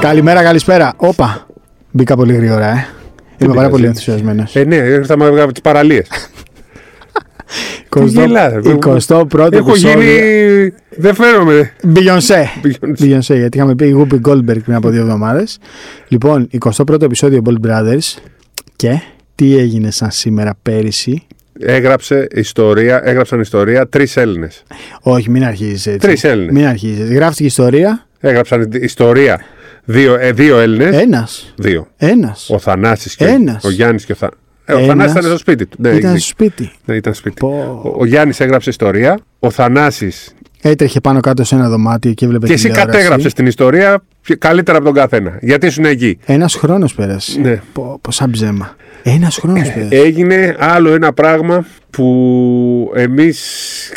Καλημέρα, καλησπέρα. Όπα. Μπήκα πολύ γρήγορα, ε. Είμαι πάρα πειράζει. πολύ ενθουσιασμένος. Ε, ναι, ήρθαμε από τις παραλίες. γελάς, ρε. 21ο Έχω γίνει. Δεν φαίνομαι. Beyoncé. Beyoncé. Beyoncé, γιατί είχαμε πει Whoopi Goldberg πριν από δύο εβδομάδες. Λοιπόν, 21ο επεισόδιο Ball Brothers. Και τι έγινε σαν σήμερα πέρυσι. Έγραψε ιστορία, έγραψαν ιστορία τρεις Έλληνες. Όχι, μην αρχίζεις έτσι. Τρεις Έλληνες. Μην αρχίζεις. Γράφτηκε ιστορία. Έγραψαν ιστορία δύο, ε, δύο Έλληνες. Ένας. Δύο. Ένας. Ο Θανάσης και Ένας. ο Γιάννης και ο Θανάσης. Ε, ο Ένας. Θανάσης ήταν στο σπίτι του. Ναι, Ήταν ναι, στο σπίτι. ναι, ήταν σπίτι. Πω. Ο, ο Γιάννης έγραψε ιστορία. Ο Θανάσης Έτρεχε πάνω κάτω σε ένα δωμάτιο και έβλεπε Και εσύ τηλεόραση. κατέγραψες την ιστορία πιο- καλύτερα από τον καθένα. Γιατί ήσουν εκεί. Ένας χρόνος πέρασε. Ναι. Πω, πω, σαν ψέμα. Ένας χρόνος πέρασε. Έγινε άλλο ένα πράγμα που εμείς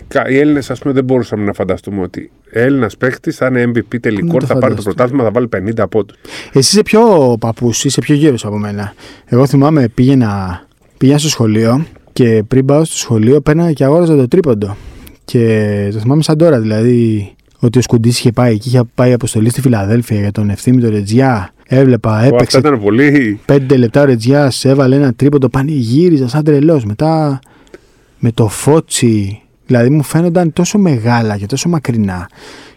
κα- οι Έλληνες ας πούμε δεν μπορούσαμε να φανταστούμε ότι Έλληνας παίχτης θα είναι MVP Πού να τελικό, το θα πάρει το φανταστούμε. πρωτάθλημα, θα βάλει 50 από του. Εσύ είσαι πιο παππούς, είσαι πιο γύρω από μένα. Εγώ θυμάμαι πήγαινα, πήγαινα στο σχολείο και πριν πάω στο σχολείο πέρανα και αγόραζα το τρίποντο. Και το θυμάμαι σαν τώρα δηλαδή ότι ο Σκουντής είχε πάει εκεί, είχε πάει αποστολή στη Φιλαδέλφια για τον ευθύνη τον Ρετζιά. Έβλεπα, Αυτά έπαιξε. ήταν πολύ... Πέντε λεπτά ο Ρετζιά έβαλε ένα τρίποντο, πανηγύριζα σαν τρελός. Μετά με το φότσι. Δηλαδή μου φαίνονταν τόσο μεγάλα και τόσο μακρινά.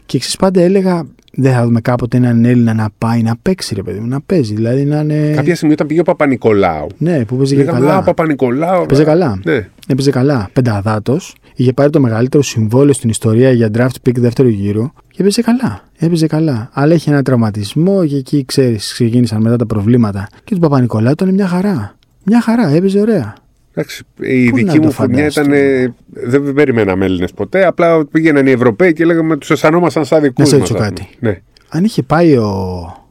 Και ξέρεις, πάντα έλεγα, δεν θα δούμε κάποτε έναν Έλληνα να πάει να παίξει, ρε παιδί μου, να παίζει. Δηλαδή να είναι. Κάποια στιγμή όταν πήγε ο Παπα-Νικολάου. Ναι, που παίζει και Λέγαμε, καλά. Α, ο Παπα-Νικολάου. Παίζει α». καλά. Ναι. Έπαιζε καλά. Πενταδάτος. Είχε πάρει το μεγαλύτερο συμβόλαιο στην ιστορία για draft pick δεύτερου γύρου. Και έπαιζε καλά. Έπαιζε καλά. Αλλά είχε ένα τραυματισμό και εκεί ξέρεις, ξεκίνησαν μετά τα προβλήματα. Και του Παπα-Νικολάου ήταν μια χαρά. Μια χαρά, έπαιζε ωραία. Εντάξει, η Πού να δική το μου φωνιά ήταν. ε, φανταστούμε. Δεν περιμέναμε Έλληνες ποτέ. Απλά πήγαιναν οι Ευρωπαίοι και λέγαμε τους αισθανόμασταν σαν δικούς Να σε ρωτήσω κάτι. Ναι. Αν είχε πάει ο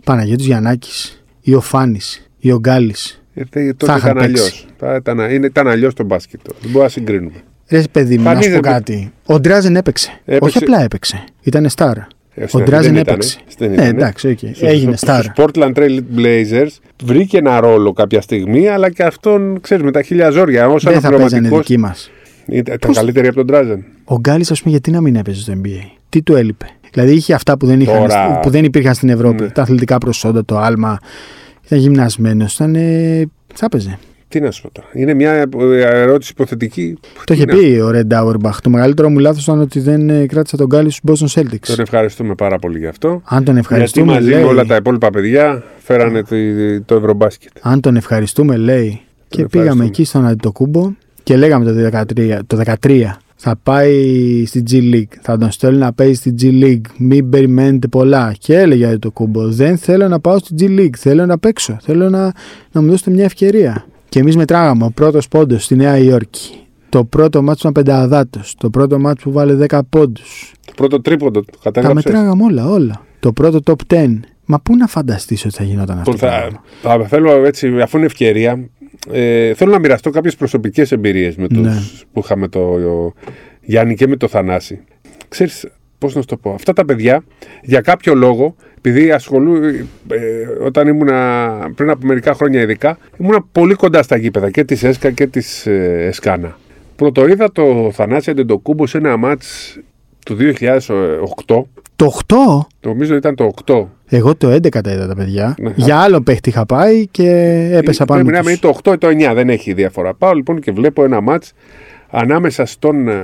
Παναγιώτης Γιαννάκης ή ο Φάνης ή ο Γκάλης. Ε, τε- τότε είχαν ήταν αλλιώ. παίξει. Ήταν, είναι- ήταν αλλιώς το μπάσκετ. τώρα. Δεν μπορούμε να συγκρίνουμε. Ρε παιδί μου, να Φανή σου πω δεν πέ- κάτι. Ο Ντράζεν έπαιξε. Έπαιξε. Ε, Όχι απλά έπαιξε. Ήτανε στάρ. ο Ντράζεν έπαιξε. Ναι, εντάξει, οκ. Έγινε στα. στάρ. Στους Portland Trail Blazers βρήκε ένα ρόλο κάποια στιγμή, αλλά και αυτόν, ξέρεις, με τα χίλια ζόρια. Όσο Δεν θα παίζανε αναπληρωματικός δική μας. ήταν Πώς- καλύτερη από τον Τράζεν. Ο Γκάλης, ας πούμε, γιατί να μην έπαιζε στο NBA. Τι του έλειπε. Δηλαδή είχε αυτά που δεν, είχαν, Τώρα- Ναι. που δεν υπήρχαν στην Ευρώπη. Τα αθλητικά προσόντα, το άλμα. Ήταν γυμνασμένος. Ήταν. ε, θα έπαιζε. Τι να σου πω τώρα. Είναι μια ε, ερώτηση υποθετική. Το είχε να- πει ο Ρεντ Auerbach. Το μεγαλύτερο μου λάθος ήταν ότι δεν ε, κράτησα τον Γκάλη στους Boston Celtics. Τον ευχαριστούμε πάρα πολύ γι' αυτό. Αν τον Γιατί ευχαριστούμε, μαζί λέει, με όλα τα υπόλοιπα παιδιά φέρανε τη- το ευρωμπάσκετ. Αν τον ευχαριστούμε, λέει. και πήγαμε ευχαριστούμε. εκεί στον Αντιτοκούμπο και λέγαμε το 13, το 13 θα πάει στη G League. Θα τον στέλνω να παίζει στη G League. Μην περιμένετε πολλά. Και έλεγε ο Κούμπο, Δεν θέλω να πάω στη G League. Θέλω να παίξω. Θέλω να, να μου δώσετε μια ευκαιρία. Και εμείς μετράγαμε. Ο πρώτος πόντος στη Νέα Υόρκη. Το πρώτο μάτσο ήταν πενταδάτος. Το πρώτο μάτσο που βάλε 10 πόντους. Το πρώτο τρίποντο το Τα κατέγραψες. μετράγαμε όλα, όλα. Το πρώτο top 10. Μα πού να φανταστείς ότι θα γινόταν αυτό. Λοιπόν, το θα, πράγμα. θα θέλω έτσι, αφού είναι ευκαιρία, ε, θέλω να μοιραστώ κάποιες προσωπικές εμπειρίες Ναι. που είχαμε το ο Γιάννη και με το Θανάση. Ξέρεις, πώς να σου το πω, αυτά τα παιδιά για κάποιο λόγο, επειδή ασχολού, ε, όταν ήμουνα πριν από μερικά χρόνια ειδικά, ήμουνα πολύ κοντά στα γήπεδα και της ΕΣΚΑ και της ε, ΕΣΚΑΝΑ. Πρωτοείδα το Θανάση Αντεντοκούμπος σε ένα μάτς του 2008, Το 8. νομίζω ήταν το 8, Εγώ το 11 τα είδα τα παιδιά. Ναι. Ε, Για άλλο παίχτη είχα πάει και έπεσα πάνω. Πρέπει να τους. είμαι ή το 8 ή το 9, δεν έχει διαφορά. Πάω λοιπόν και βλέπω ένα μάτς ανάμεσα στον ε,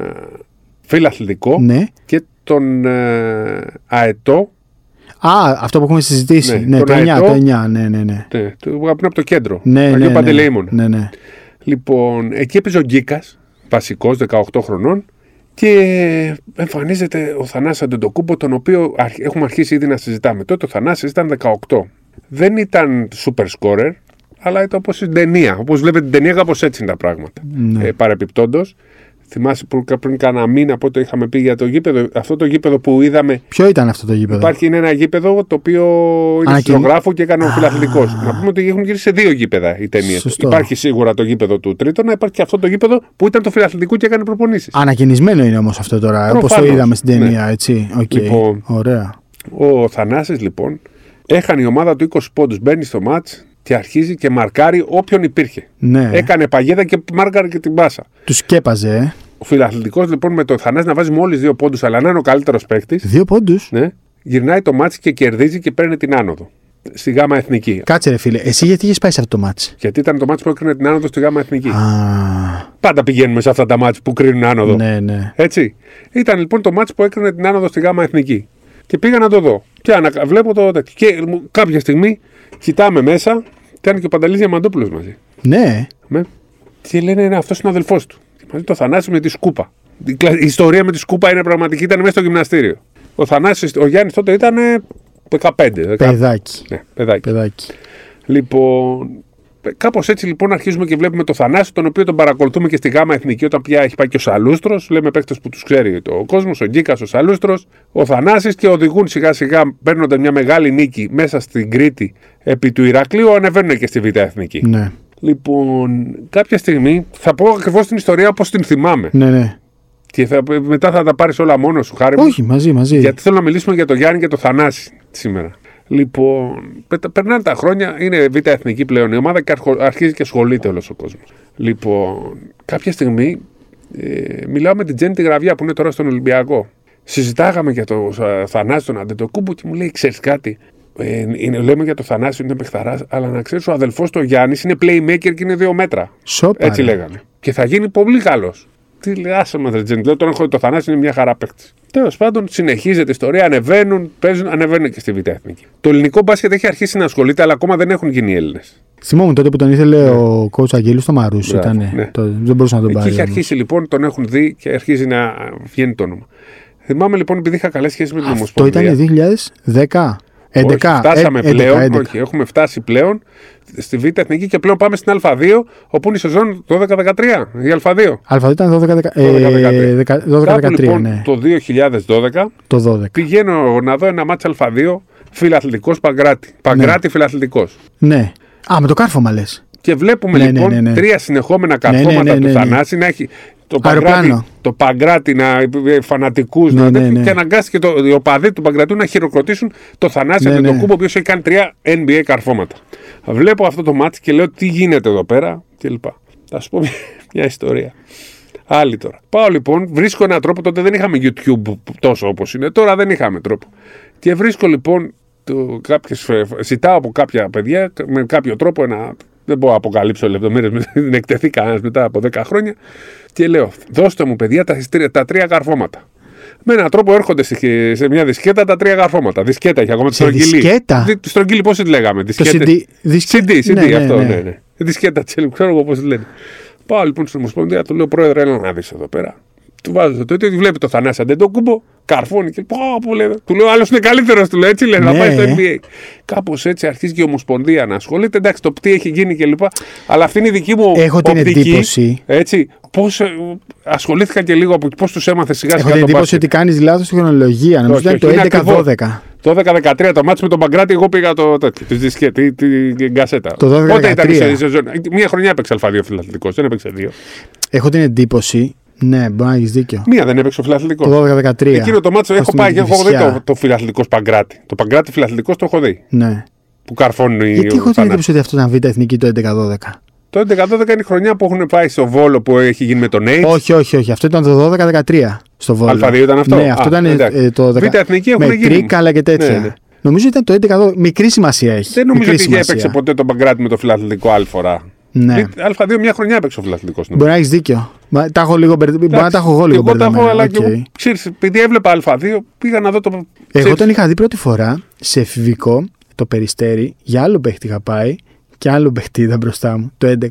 φιλαθλητικό Ναι. και τον ε, αετό Α, αυτό που έχουμε συζητήσει. Ναι, Ναι, τον το 9, αετό. το 9, ναι, ναι, ναι. ναι, του που είναι από το κέντρο. Ναι, Αγίου ναι, ναι, Παντελεήμονα. ναι, ναι. Λοιπόν, εκεί έπαιζε ο Γκίκας, βασικός, 18 χρονών, και εμφανίζεται ο Θανάσης Αντεντοκούμπο, τον οποίο αρχ- έχουμε αρχίσει ήδη να συζητάμε. Τότε ο Θανάσης ήταν 18. Δεν ήταν super scorer, αλλά ήταν όπως στην ταινία. Όπως βλέπετε την ταινία, κάπως έτσι είναι τα πράγματα. Ναι. Ε, παρεπιπτόντως, θυμάσαι που κα- πριν κανένα μήνα από το είχαμε πει για το γήπεδο, αυτό το γήπεδο που είδαμε Ποιο ήταν αυτό το γήπεδο. Υπάρχει είναι ένα γήπεδο το οποίο είναι Ανακοιν- φιλογράφο και έκανε ο φιλαθλητικό. Να πούμε ότι έχουν γυρίσει σε δύο γήπεδα οι ταινίες. Σωστό. Υπάρχει σίγουρα το γήπεδο του Τρίτονα, υπάρχει και αυτό το γήπεδο που ήταν το φιλαθλητικό και έκανε προπονήσεις. Ανακοινισμένο είναι όμως αυτό τώρα, όπως το Προφανώς. Ναι. είδαμε στην ταινία, έτσι. Οκ. Λοιπόν. Ωραία. Ο Θανάσης λοιπόν έχανε η ομάδα του 20 πόντους, μπαίνει στο μάτ και αρχίζει και μαρκάρει όποιον υπήρχε. Ναι. Έκανε παγίδα και μάρκαρε και την πάσα. Τους σκέπαζε. ε. Ο φιλαθλητικός λοιπόν με τον Θανάση να βάζει μόλις δύο πόντους, αλλά να είναι ο καλύτερος παίκτης. Δύο πόντους. Ναι, γυρνάει το μάτς και κερδίζει και παίρνει την άνοδο. στη ΓΑΜΑ Εθνική. Κάτσε ρε φίλε, εσύ γιατί είχες πάει σε αυτό το μάτσο. Γιατί ήταν το μάτσο που έκρινε την άνοδο στη ΓΑΜΑ Εθνική. Α, Πάντα πηγαίνουμε σε αυτά τα μάτς που κρίνουν άνοδο. ναι, ναι. Έτσι. Ήταν λοιπόν το μάτσο που έκρινε την άνοδο στη ΓΑΜΑ Εθνική. Και πήγα να το δω. Και ανα... βλέπω το τέτοιο. Και μου- κάποια στιγμή κοιτάμε μέσα. Ήταν και ο Πανταλής Διαμαντόπουλο μαζί. Ναι, Με. Και λένε ναι, αυτός είναι ο αδελφός του. Και μαζί το Θανάσης με τη σκούπα. Η κλα- η ιστορία με τη σκούπα είναι πραγματική. Ήταν μέσα στο γυμναστήριο. Ο Θανάσης, ο Γιάννης τότε ήταν 15. 15. παιδάκι. Ναι, παιδάκι. Παιδάκι. Λοιπόν, κάπως έτσι λοιπόν αρχίζουμε και βλέπουμε το Θανάση, τον οποίο τον παρακολουθούμε και στη ΓΑΜΑ Εθνική όταν πια έχει πάει και ο Σαλούστρος. Λέμε παίκτες που τους ξέρει το- ο κόσμος, ο Γκίκας, ο Σαλούστρος, ο Θανάσης και οδηγούν σιγά σιγά παίρνοντας μια μεγάλη νίκη μέσα στην Κρήτη επί του Ηρακλείου, ανεβαίνουν και στη Β' Εθνική. Ναι, Λοιπόν, κάποια στιγμή θα πω ακριβώς την ιστορία όπως την θυμάμαι. ναι, ναι. Και θα, μετά θα τα πάρεις όλα μόνος σου, χάρη μου. Όχι, μαζί, μαζί. Γιατί θέλω να μιλήσουμε Λοιπόν, για το Γιάννη και το Θανάση σήμερα. Λοιπόν, πε- περνάνε τα χρόνια, είναι β' εθνική πλέον η ομάδα και αρχο- αρχίζει και ασχολείται όλος ο κόσμος. Λοιπόν, κάποια στιγμή ε, μιλάω με την Τζέννη τη Γραβιά που είναι τώρα στον Ολυμπιακό. Συζητάγαμε για το ε, Θανάση τον Αντετοκούμπο και μου λέει: Ξέρεις κάτι, ε, είναι, λέμε για το Θανάση, είναι παιχταρά, αλλά να ξέρεις ο αδελφός του ο Γιάννης είναι playmaker και είναι δύο μέτρα. Σόπα. Έτσι ρε. λέγανε. Και θα γίνει πολύ καλό. Τι λέει, άσε με ρε Τζένι. Λέω τον έχω το Θανάση είναι μια χαρά παίκτης. Τέλος πάντων, συνεχίζεται η ιστορία, ανεβαίνουν, παίζουν, ανεβαίνουν και στη Β' Εθνική. Το ελληνικό μπάσκετ έχει αρχίσει να ασχολείται, αλλά ακόμα δεν έχουν γίνει οι Έλληνες. Θυμόμουν τότε που τον ήθελε ο coach Αγγέλου στο Μαρούσι. Ναι. Μπράβο, Ήταν, ναι. το- δεν μπορούσε να τον Εκεί πάρει. έχει όμως. αρχίσει λοιπόν, τον έχουν δει και αρχίζει να βγαίνει το όνομα. Θυμάμαι λοιπόν, επειδή είχα καλές σχέσεις με την Το Ομοσπονδία. ήταν 2010. 11. Όχι, φτάσαμε ε, 11, πλέον. 11. Όχι, έχουμε φτάσει πλέον στη Β' Εθνική και πλέον πάμε στην Α2, όπου είναι η σεζόν 12-13. Η Α2. Α, ήταν 12-13. ε, 12-13. δεκα- Κάπου 12-13, λοιπόν ναι. το 2012 Το 12. πηγαίνω να δω ένα μάτσα Α2 φιλαθλητικός Παγκράτη. Παγκράτη φιλαθλητικός. Ναι. Α, με το κάρφωμα λες. Και βλέπουμε Ναι, ναι, λοιπόν ναι, ναι. τρία συνεχόμενα ναι, καρφώματα ναι, ναι, του ναι. Θανάση να έχει το Αεροπλάνο. Παγκράτη, το Παγκράτη να φανατικούς Ναι, να ναι, τέτοιο ναι. και αναγκάστηκε το, οι οπαδοί του Παγκρατού να χειροκροτήσουν το Θανάση Ναι, ναι, τον ναι. κούμπο, ο οποίος έχει κάνει τρία NBA καρφώματα. Βλέπω αυτό το μάτι και λέω τι γίνεται εδώ πέρα κλπ. Θα σου πω μια- μια ιστορία. Άλλη τώρα. Πάω λοιπόν, βρίσκω έναν τρόπο. Τότε δεν είχαμε YouTube τόσο όπως είναι. Τώρα δεν είχαμε τρόπο. Και βρίσκω λοιπόν. Το, κάποιες, ε, ζητάω από κάποια παιδιά με κάποιο τρόπο ένα. Δεν μπορώ να αποκαλύψω λεπτομέρειες, δεν εκτεθεί κανένας μετά από 10 χρόνια. Και λέω: Δώστε μου, παιδιά, τα, τρία- τα τρία καρφώματα. Με έναν τρόπο έρχονται στη- σε μια δισκέτα τα τρία καρφώματα. Δισκέτα έχει ακόμα τη Σε στρογγυλή. δισκέτα? Δι- Στρογγυλή, πώς τη λέγαμε. Το δισκέτες. CD. δισ- CD, CD ναι, ναι, αυτό, ναι, ναι. ναι. Δισκέτα τσέλ, ξέρω εγώ πώς τη λένε. Πάω λοιπόν στην Ομοσπονδία, του λέω πρόεδρε, έλα να δεις εδώ πέρα. Του βάζω το τέτοιο, βλέπει το Θανάση δεν το κούμπο, καρφώνει και πω, που λέει. Του λέω, άλλος είναι καλύτερος, του λέω έτσι, λέει, να Ναι. πάει στο NBA. Κάπως έτσι αρχίζει και η Ομοσπονδία να ασχολείται. Εντάξει, το τι έχει γίνει κλπ. Αλλά αυτή είναι η δική μου Έχω την οπτική, εντύπωση. Έτσι, πώς ασχολήθηκα και λίγο από πώς τους έμαθε σιγά Έχω σιγά την το εντύπωση μπάσκετ. ότι κάνεις λάθος χρονολογία. Νομίζω όχι, ότι είναι ήταν το ακριβώς. 11-12. Το 12-13 το μάτι με τον Παγκράτη, εγώ πήγα το τέτοιο, τη δισκέτη, τη την κασέτα. Το 12-13. Πότε ήταν η σε- η σεζόν. Μία χρονιά έπαιξε αλφαδίο φιλαθλητικός, δεν έπαιξε δύο. Έχω την εντύπωση. Ναι, μπορεί να έχεις δίκιο. Μία δεν έπαιξε ο φιλαθλητικός. Το 12-13. Εκείνο το μάτσο έχω στην πάει και έχω δει Κηφισιά. το, το φιλαθλητικός Παγκράτη. Το Παγκράτη φιλαθλητικός το έχω δει. Ναι. Που καρφώνει Γιατί έχω την Θανάσης. εντύπωση ότι αυτό ήταν β' εθνική το 11-12. Το 11-12 είναι η χρονιά που έχουν πάει στο Βόλο που έχει γίνει με τον Νέιτ. Όχι, όχι, όχι. Αυτό ήταν το 12-13 στο Βόλο. Α2 ήταν αυτό. Ναι, Α, αυτό ήταν ε, εντάξει. ε, το 12. Β' εθνική έχουν Με γίνει. τρίκαλα και τέτοια. Ναι, ναι. Νομίζω ήταν το 11-12. Μικρή σημασία έχει. Δεν νομίζω Μικρή ότι σημασία. έπαιξε ποτέ τον Παγκράτη με το φιλαθλητικό Α φορά. Ε, Ναι. Α2 μια χρονιά έπαιξε ο φιλαθλητικός. Μπορεί να έχεις δίκιο. Μα- Τα έχω λίγο μπερδε- Μπορεί να τα έχω εγώ λίγο Εγώ τα έχω, μπερδεμένα. αλλά και Οκ. εγώ, ξέρεις, επειδή έβλεπα Α2, πήγα να δω το. Εγώ ξέρεις, τον είχα δει πρώτη φορά σε εφηβικό το περιστέρι. Για άλλο παίχτη είχα πάει και άλλο παίχτη ήταν μπροστά μου. Το 11.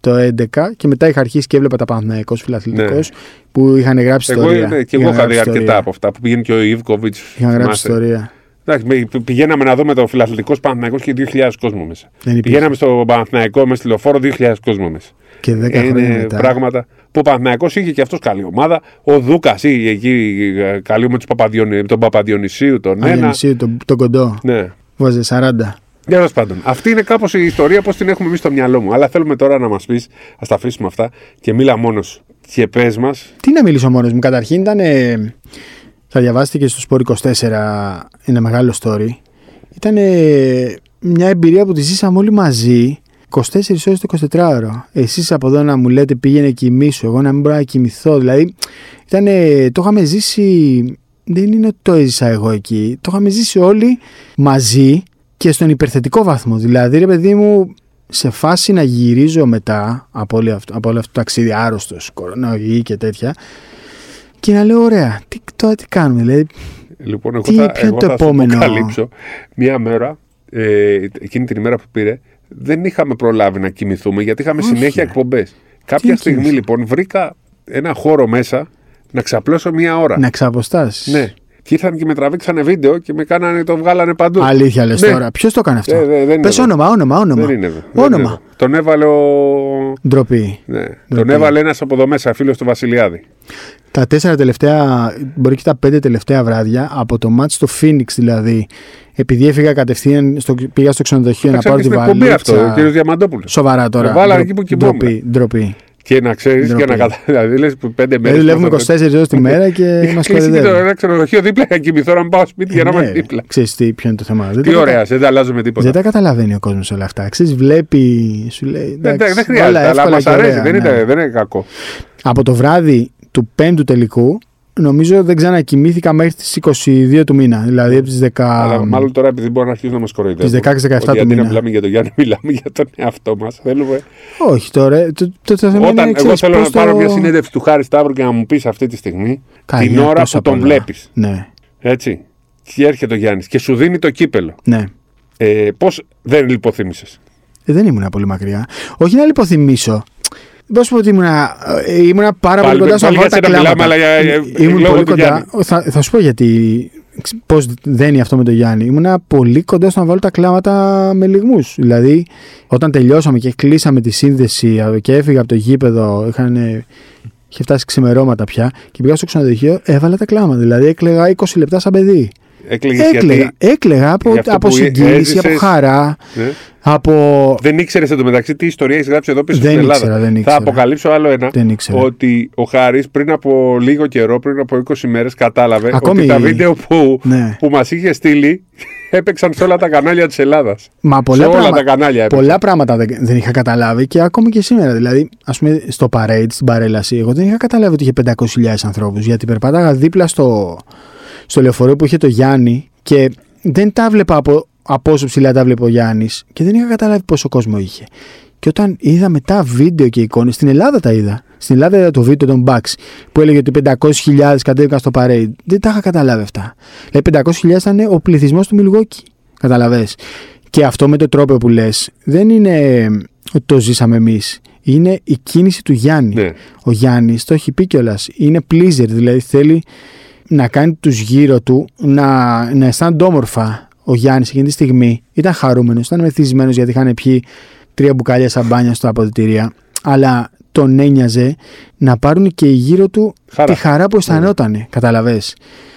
Το 11 και μετά είχα αρχίσει και έβλεπα τα Παναθηναϊκός φιλαθλητικός που είχαν γράψει Ναι. Εγώ, ιστορία. ναι, και εγώ Είχαν είχα γράψει δει αρκετά ιστορία. από αυτά που πηγαίνει και ο Ιβκοβιτ. Είχαν γράψει ιστορία. Εντάξει, με- πη- πηγαίναμε να δούμε το φιλαθλητικός Παναθηναϊκός και 2.000 κόσμο μέσα. Δεν υπήρχε. Πηγαίναμε στο Παναθηναϊκό μέσα στη λεωφόρο 2.000 κόσμο μέσα. Και 10 Ε, χρόνια Είναι μετά. πράγματα που ο Παναθηναϊκός είχε και αυτός καλή ομάδα. Ο Δούκας είχε εκεί ε, καλή με τους Παπαδιονυ- τον Παπαδιονυσίου, τον ένα. Αγιανισίου, τον, τον κοντό. Ναι. Βάζε 40. Τέλο πάντων, αυτή είναι κάπως η ιστορία πώς την έχουμε εμείς στο μυαλό μου. Αλλά θέλουμε τώρα να μας πεις, ας τα αφήσουμε αυτά και μίλα μόνος και πες μας. Τι να μιλήσω μόνος μου. Καταρχήν ήταν. ε, θα διαβάσετε και στο Σπόρ 24 ένα μεγάλο story. Ήταν ε, μια εμπειρία που τη ζήσαμε όλοι μαζί 24 ώρες το 24ωρο. Εσείς από εδώ να μου λέτε πήγαινε κοιμήσου, εγώ να μην μπορώ να κοιμηθώ. Δηλαδή, ήταν, ε, το είχαμε ζήσει, δεν είναι ότι το έζησα εγώ εκεί, το είχαμε ζήσει όλοι μαζί και στον υπερθετικό βαθμό. Δηλαδή, ρε παιδί μου, σε φάση να γυρίζω μετά από, όλη αυτό, από όλο αυτό το ταξίδι, άρρωστος, κορονοϊ και τέτοια, και να λέω: Ωραία, τι, τώρα τι κάνουμε. Δηλαδή, Λοιπόν, εγώ Τι, θα, ποιο είναι εγώ το θα σου επόμενο? αποκαλύψω. Μία μέρα, ε, εκείνη την ημέρα που πήρε, δεν είχαμε προλάβει να κοιμηθούμε γιατί είχαμε Όχι. συνέχεια εκπομπές. Κάποια να στιγμή κοιμηθώ. λοιπόν βρήκα ένα χώρο μέσα να ξαπλώσω μία ώρα. να ξαποστάσεις. Ναι. Και ήρθαν και με τραβήξανε βίντεο και με κάνανε, το βγάλανε παντού. Αλήθεια λες Ναι. τώρα. Ποιος το έκανε αυτό. Ε, δε- δεν είναι Πες εδώ. όνομα, όνομα, όνομα. Δεν είναι εδώ. Δεν Όνομα. είναι εδώ. Τον έβαλε ο. Ντροπή. Ναι. Ντροπή. Τον έβαλε ένας από εδώ μέσα, φίλος του Βασιλιάδη. Τα τέσσερα τελευταία, μπορεί και τα πέντε τελευταία βράδια, από το μάτς στο Phoenix δηλαδή, επειδή έφυγα κατευθείαν, στο, πήγα στο ξενοδοχείο να Θα πάρω τη ξεκινήσει εκπομπή αυτό, ο βαλίτσα. κύριος Διαμαντόπουλος. Σοβαρά τώρα. Το βάλανε Ντρο- εκεί που κοιμόμουν. ντροπή, ντροπή. Και να ξέρεις και Ντροπή. να καταλάβει. Δηλαδή λες που πέντε μέρες. Δηλαδή δουλεύουμε 24 ώρες τη μέρα και Είχα μας Ε, κλείσει και το κορυδεύουν. ένα ξενοδοχείο δίπλα να κοιμηθώ να πάω σπίτι για να είμαι Ναι, δίπλα. Ξέρεις τι, ποιο είναι το θέμα. Δεν Τι τα κατα- ωραία, δεν τα αλλάζουμε τίποτα. Δεν τα καταλαβαίνει ο κόσμος όλα αυτά. Ξέρεις, βλέπει, σου λέει. Ε, Δεν, εντάξει, Ναι, δεν όλα χρειάζεται, αλλά εύκολα μας και αρέσει. ωραία, δεν, ναι. είναι, δεν είναι κακό. Από το βράδυ του πέμπτου τελικού, νομίζω δεν ξανακοιμήθηκα μέχρι τις 22 του μήνα. Δηλαδή από τις 10. αλλά μάλλον τώρα επειδή μπορεί να αρχίσουν να μας κοροϊδεύουν. Τις 16-17 Ότι του αντί μήνα. να μιλάμε για τον Γιάννη, μιλάμε για τον εαυτό μας. Θέλουμε. Όχι τώρα. Το, το, το θέμα Όταν είναι, εγώ ναι, ξέρεις, θέλω πώς να πάρω το- μια συνέντευξη του Χάρη Σταύρου και να μου πεις αυτή τη στιγμή Καλά, την ώρα τόσα που τον πολλά. βλέπεις. Ναι, Έτσι. Και έρχεται ο Γιάννης και σου δίνει το κύπελο. ναι. Ε, Πώς δεν λιποθύμησες. Ε, δεν ήμουν πολύ μακριά. Όχι να λιποθυμίσω. Δεν σου πω ότι ήμουνα, ε, ήμουνα πάρα Πάλι- πολύ κοντά στο να βάλω πάλι για τα σένα κλάματα. μιλάμε, αλλά, ε, ε, Ήμουν λόγω πολύ του κοντά. Γιάννη. Θα, θα σου πω γιατί. Πώς δένει αυτό με τον Γιάννη. Ήμουνα πολύ κοντά στο να βάλω τα κλάματα με λιγμούς. Δηλαδή, όταν τελειώσαμε και κλείσαμε τη σύνδεση ε, και έφυγα από το γήπεδο, είχαν, ε, είχε φτάσει ξημερώματα πια και πήγα στο ξενοδοχείο, έβαλα τα κλάματα. Δηλαδή, έκλαιγα 20 λεπτά σαν παιδί. Έκλαιγες Έκλαιγα, γιατί. έκλαιγα από, για αυτό από που συγκίνηση, από έζησες. χαρά, Ναι. από. Δεν ήξερες εντωμεταξύ τι ιστορία έχεις γράψει εδώ πίσω Δεν στην Ελλάδα. ήξερα, δεν Θα ήξερα. αποκαλύψω άλλο ένα. Δεν ήξερα. Ότι ο Χάρης πριν από λίγο καιρό, πριν από 20 μέρες, κατάλαβε Ακόμη- ότι τα βίντεο που, Ναι. που μας είχε στείλει έπαιξαν σε όλα τα κανάλια της Ελλάδας. Μα πολλά, σε όλα πράγματα, τα κανάλια έπαιξαν. πολλά πράγματα δεν, δεν είχα καταλάβει και ακόμη και σήμερα. Δηλαδή, ας πούμε, στο parade, στην παρέλαση, εγώ δεν είχα καταλάβει ότι είχε 500.000 ανθρώπους. Γιατί περπάταγα δίπλα στο, στο λεωφορείο που είχε το Γιάννη και δεν τα βλέπα από, από όσο ψηλά τα βλέπω ο Γιάννης και δεν είχα καταλάβει πόσο κόσμο είχε. Και όταν είδα μετά βίντεο και εικόνες, στην Ελλάδα τα είδα. Στην Ελλάδα είδα το βίντεο των Bucks που έλεγε ότι 500.000 κατέβηκαν στο parade. Δεν τα είχα καταλάβει αυτά. Δηλαδή 500.000 ήταν ο πληθυσμός του Μιλγόκη. Καταλαβέ. Και αυτό με το τρόπο που λες, δεν είναι ε, ότι το ζήσαμε εμείς. Είναι η κίνηση του Γιάννη. Ναι. Ο Γιάννης το έχει πει κιόλας. Είναι pleaser, δηλαδή θέλει να κάνει τους γύρω του να, να αισθάνονται όμορφα. Ο Γιάννης εκείνη τη στιγμή ήταν χαρούμενος, ήταν μεθυσμένος γιατί είχαν πιει τρία μπουκάλια σαμπάνια στα αποδητήρια. Αλλά τον ένοιαζε να πάρουν και οι γύρω του Χαρά. τη χαρά που αισθανότανε. Ναι. Καταλαβέ.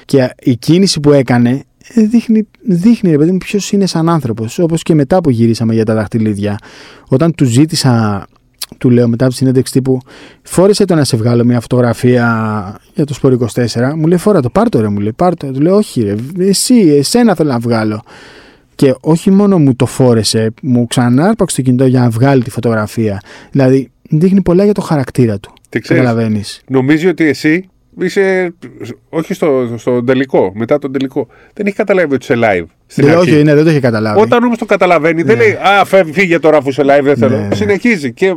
Και η κίνηση που έκανε ε, δείχνει, δείχνει ρε παιδί μου ποιος είναι σαν άνθρωπος. Όπως και μετά που γυρίσαμε για τα δαχτυλίδια. Όταν του ζήτησα, του λέω μετά από τη συνέντευξη τύπου, φόρεσε το να σε βγάλω μια φωτογραφία για το σπορ 24. Μου λέει φόρα το, πάρ το ρε, μου λέει πάρ το. Του λέω όχι ρε, εσύ, εσένα θέλω να βγάλω. Και όχι μόνο μου το φόρεσε, μου ξανά άρπαξε το κινητό για να βγάλει τη φωτογραφία. Δηλαδή δείχνει πολλά για το χαρακτήρα του. Τι ξέρεις, Καταλαβαίνεις. Νομίζει ότι εσύ είσαι. Όχι στο, στο τελικό, μετά τον τελικό. Δεν έχει καταλάβει ότι είσαι live. Στην αρχή. Όχι, ναι, δεν το είχε καταλάβει. Όταν όμως το καταλαβαίνει, δεν λέει Α, φεύγει, φύγε τώρα αφού είσαι live, δεν θέλω. Ναι. Συνεχίζει και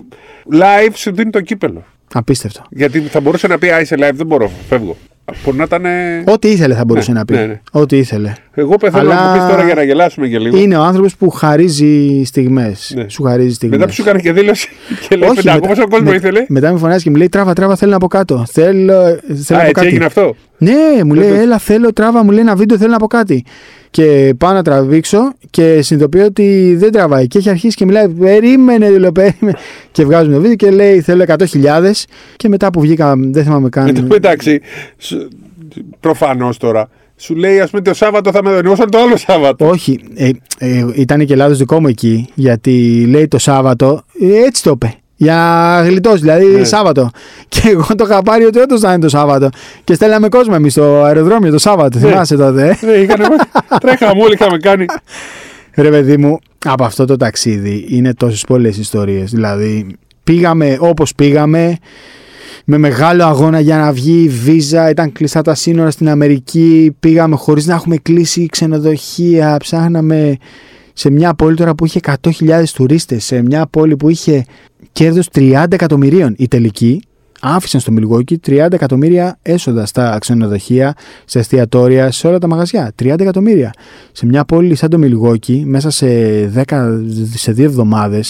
live σου δίνει το κύπελο. Απίστευτο. Γιατί θα μπορούσε να πει Α, είσαι live, δεν μπορώ, φεύγω. Μπορεί να ήταν. ε, Ό,τι ήθελε θα μπορούσε Ναι, να πει. ναι, ναι. Ό,τι ήθελε. Εγώ πεθαίνω αλλά- να μου πεις τώρα για να γελάσουμε και λίγο. Είναι ο άνθρωπος που χαρίζει στιγμές. Ναι. Σου χαρίζει στιγμές. Μετά που σου έκανε και δήλωση και λέει Όχι, 500 μετά- κόσμος με- ήθελε. Μετά με φωνάζει και μου λέει τράβα, τράβα, θέλω να από κάτω. Θέλω, θέλω Α, από έτσι κάτι. έγινε αυτό. Ναι, μου λέει, Βέβαια. έλα, θέλω τράβα, μου λέει ένα βίντεο, θέλω να πω κάτι. Και πάω να τραβήξω και συνειδητοποιώ ότι δεν τραβάει. Και έχει αρχίσει και μιλάει, περίμενε, του λέω, περίμενε. Και βγάζουμε το βίντεο και λέει, θέλω 100.000. Και μετά που βγήκα, δεν θυμάμαι Εν τω καν. μεταξύ, προφανώς τώρα, σου λέει Ας πούμε το Σάββατο θα με δονιώσουν το άλλο Σάββατο. Όχι, ε, ε, ήταν και λάθος δικό μου εκεί, γιατί λέει το Σάββατο, ε, έτσι το είπε. Για να γλιτώσει, δηλαδή Ναι. Σάββατο. Και εγώ το είχα πάρει ότι όντως θα είναι το Σάββατο. Και στέλναμε κόσμο εμείς στο αεροδρόμιο το Σάββατο. Θυμάσαι τότε. ε. Ναι, είχαν- τρέχαμε όλοι, είχαμε κάνει. Ρε παιδί μου, από αυτό το ταξίδι είναι τόσες πολλές ιστορίες. Δηλαδή, πήγαμε όπως πήγαμε, με μεγάλο αγώνα για να βγει η βίζα, ήταν κλειστά τα σύνορα στην Αμερική, πήγαμε χωρίς να έχουμε κλείσει ξενοδοχεία, ψάχναμε σε μια πόλη τώρα που είχε 100.000 τουρίστες, σε μια πόλη που είχε κέρδος 30 εκατομμυρίων. Η τελική άφησαν στο Μιλγόκι 30 εκατομμύρια έσοδα στα ξενοδοχεία, σε εστιατόρια, σε όλα τα μαγαζιά. 30 εκατομμύρια. Σε μια πόλη σαν το Μιλγόκι, μέσα σε, 10, σε δύο εβδομάδες,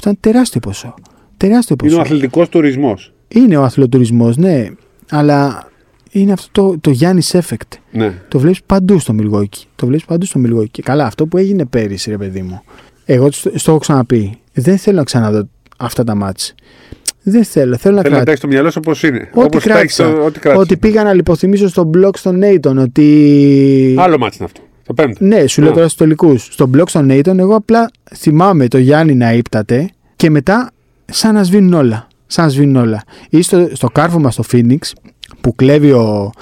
ήταν τεράστιο ποσό. Τεράστιο ποσό. Είναι ο αθλητικός τουρισμός. Είναι ο αθλοτουρισμός, ναι. Αλλά είναι αυτό το, το Giannis Effect. Ναι. Το βλέπεις παντού στο Μιλγόκι. Το βλέπεις παντού στο Μιλγόκι. Και Καλά, αυτό που έγινε πέρυσι, ρε παιδί μου. Εγώ στο στο έχω ξαναπεί. Δεν θέλω να ξαναδώ αυτά τα μάτς. Δεν θέλω. Θέλω να Θέλω να κρατήσω. εντάξει το μυαλό σου όπως είναι. Ό,τι Όπως τα έχεις, κράτησα. το- Ό,τι κράτησες. Ότι πήγα να λιποθυμίσω στον blog στον Νέιτον. Ότι. Άλλο μάτι είναι αυτό. Το πέμπτο. Ναι, σου λέω Α. τώρα στους τελικούς. Στον blog στον Νέιτον, εγώ απλά θυμάμαι το Γιάννη να ύπταται και μετά σαν να σβήνουν όλα. Σαν να σβήνουν όλα. Ή στο, στο κάρφωμα στο Phoenix που κλέβει ο,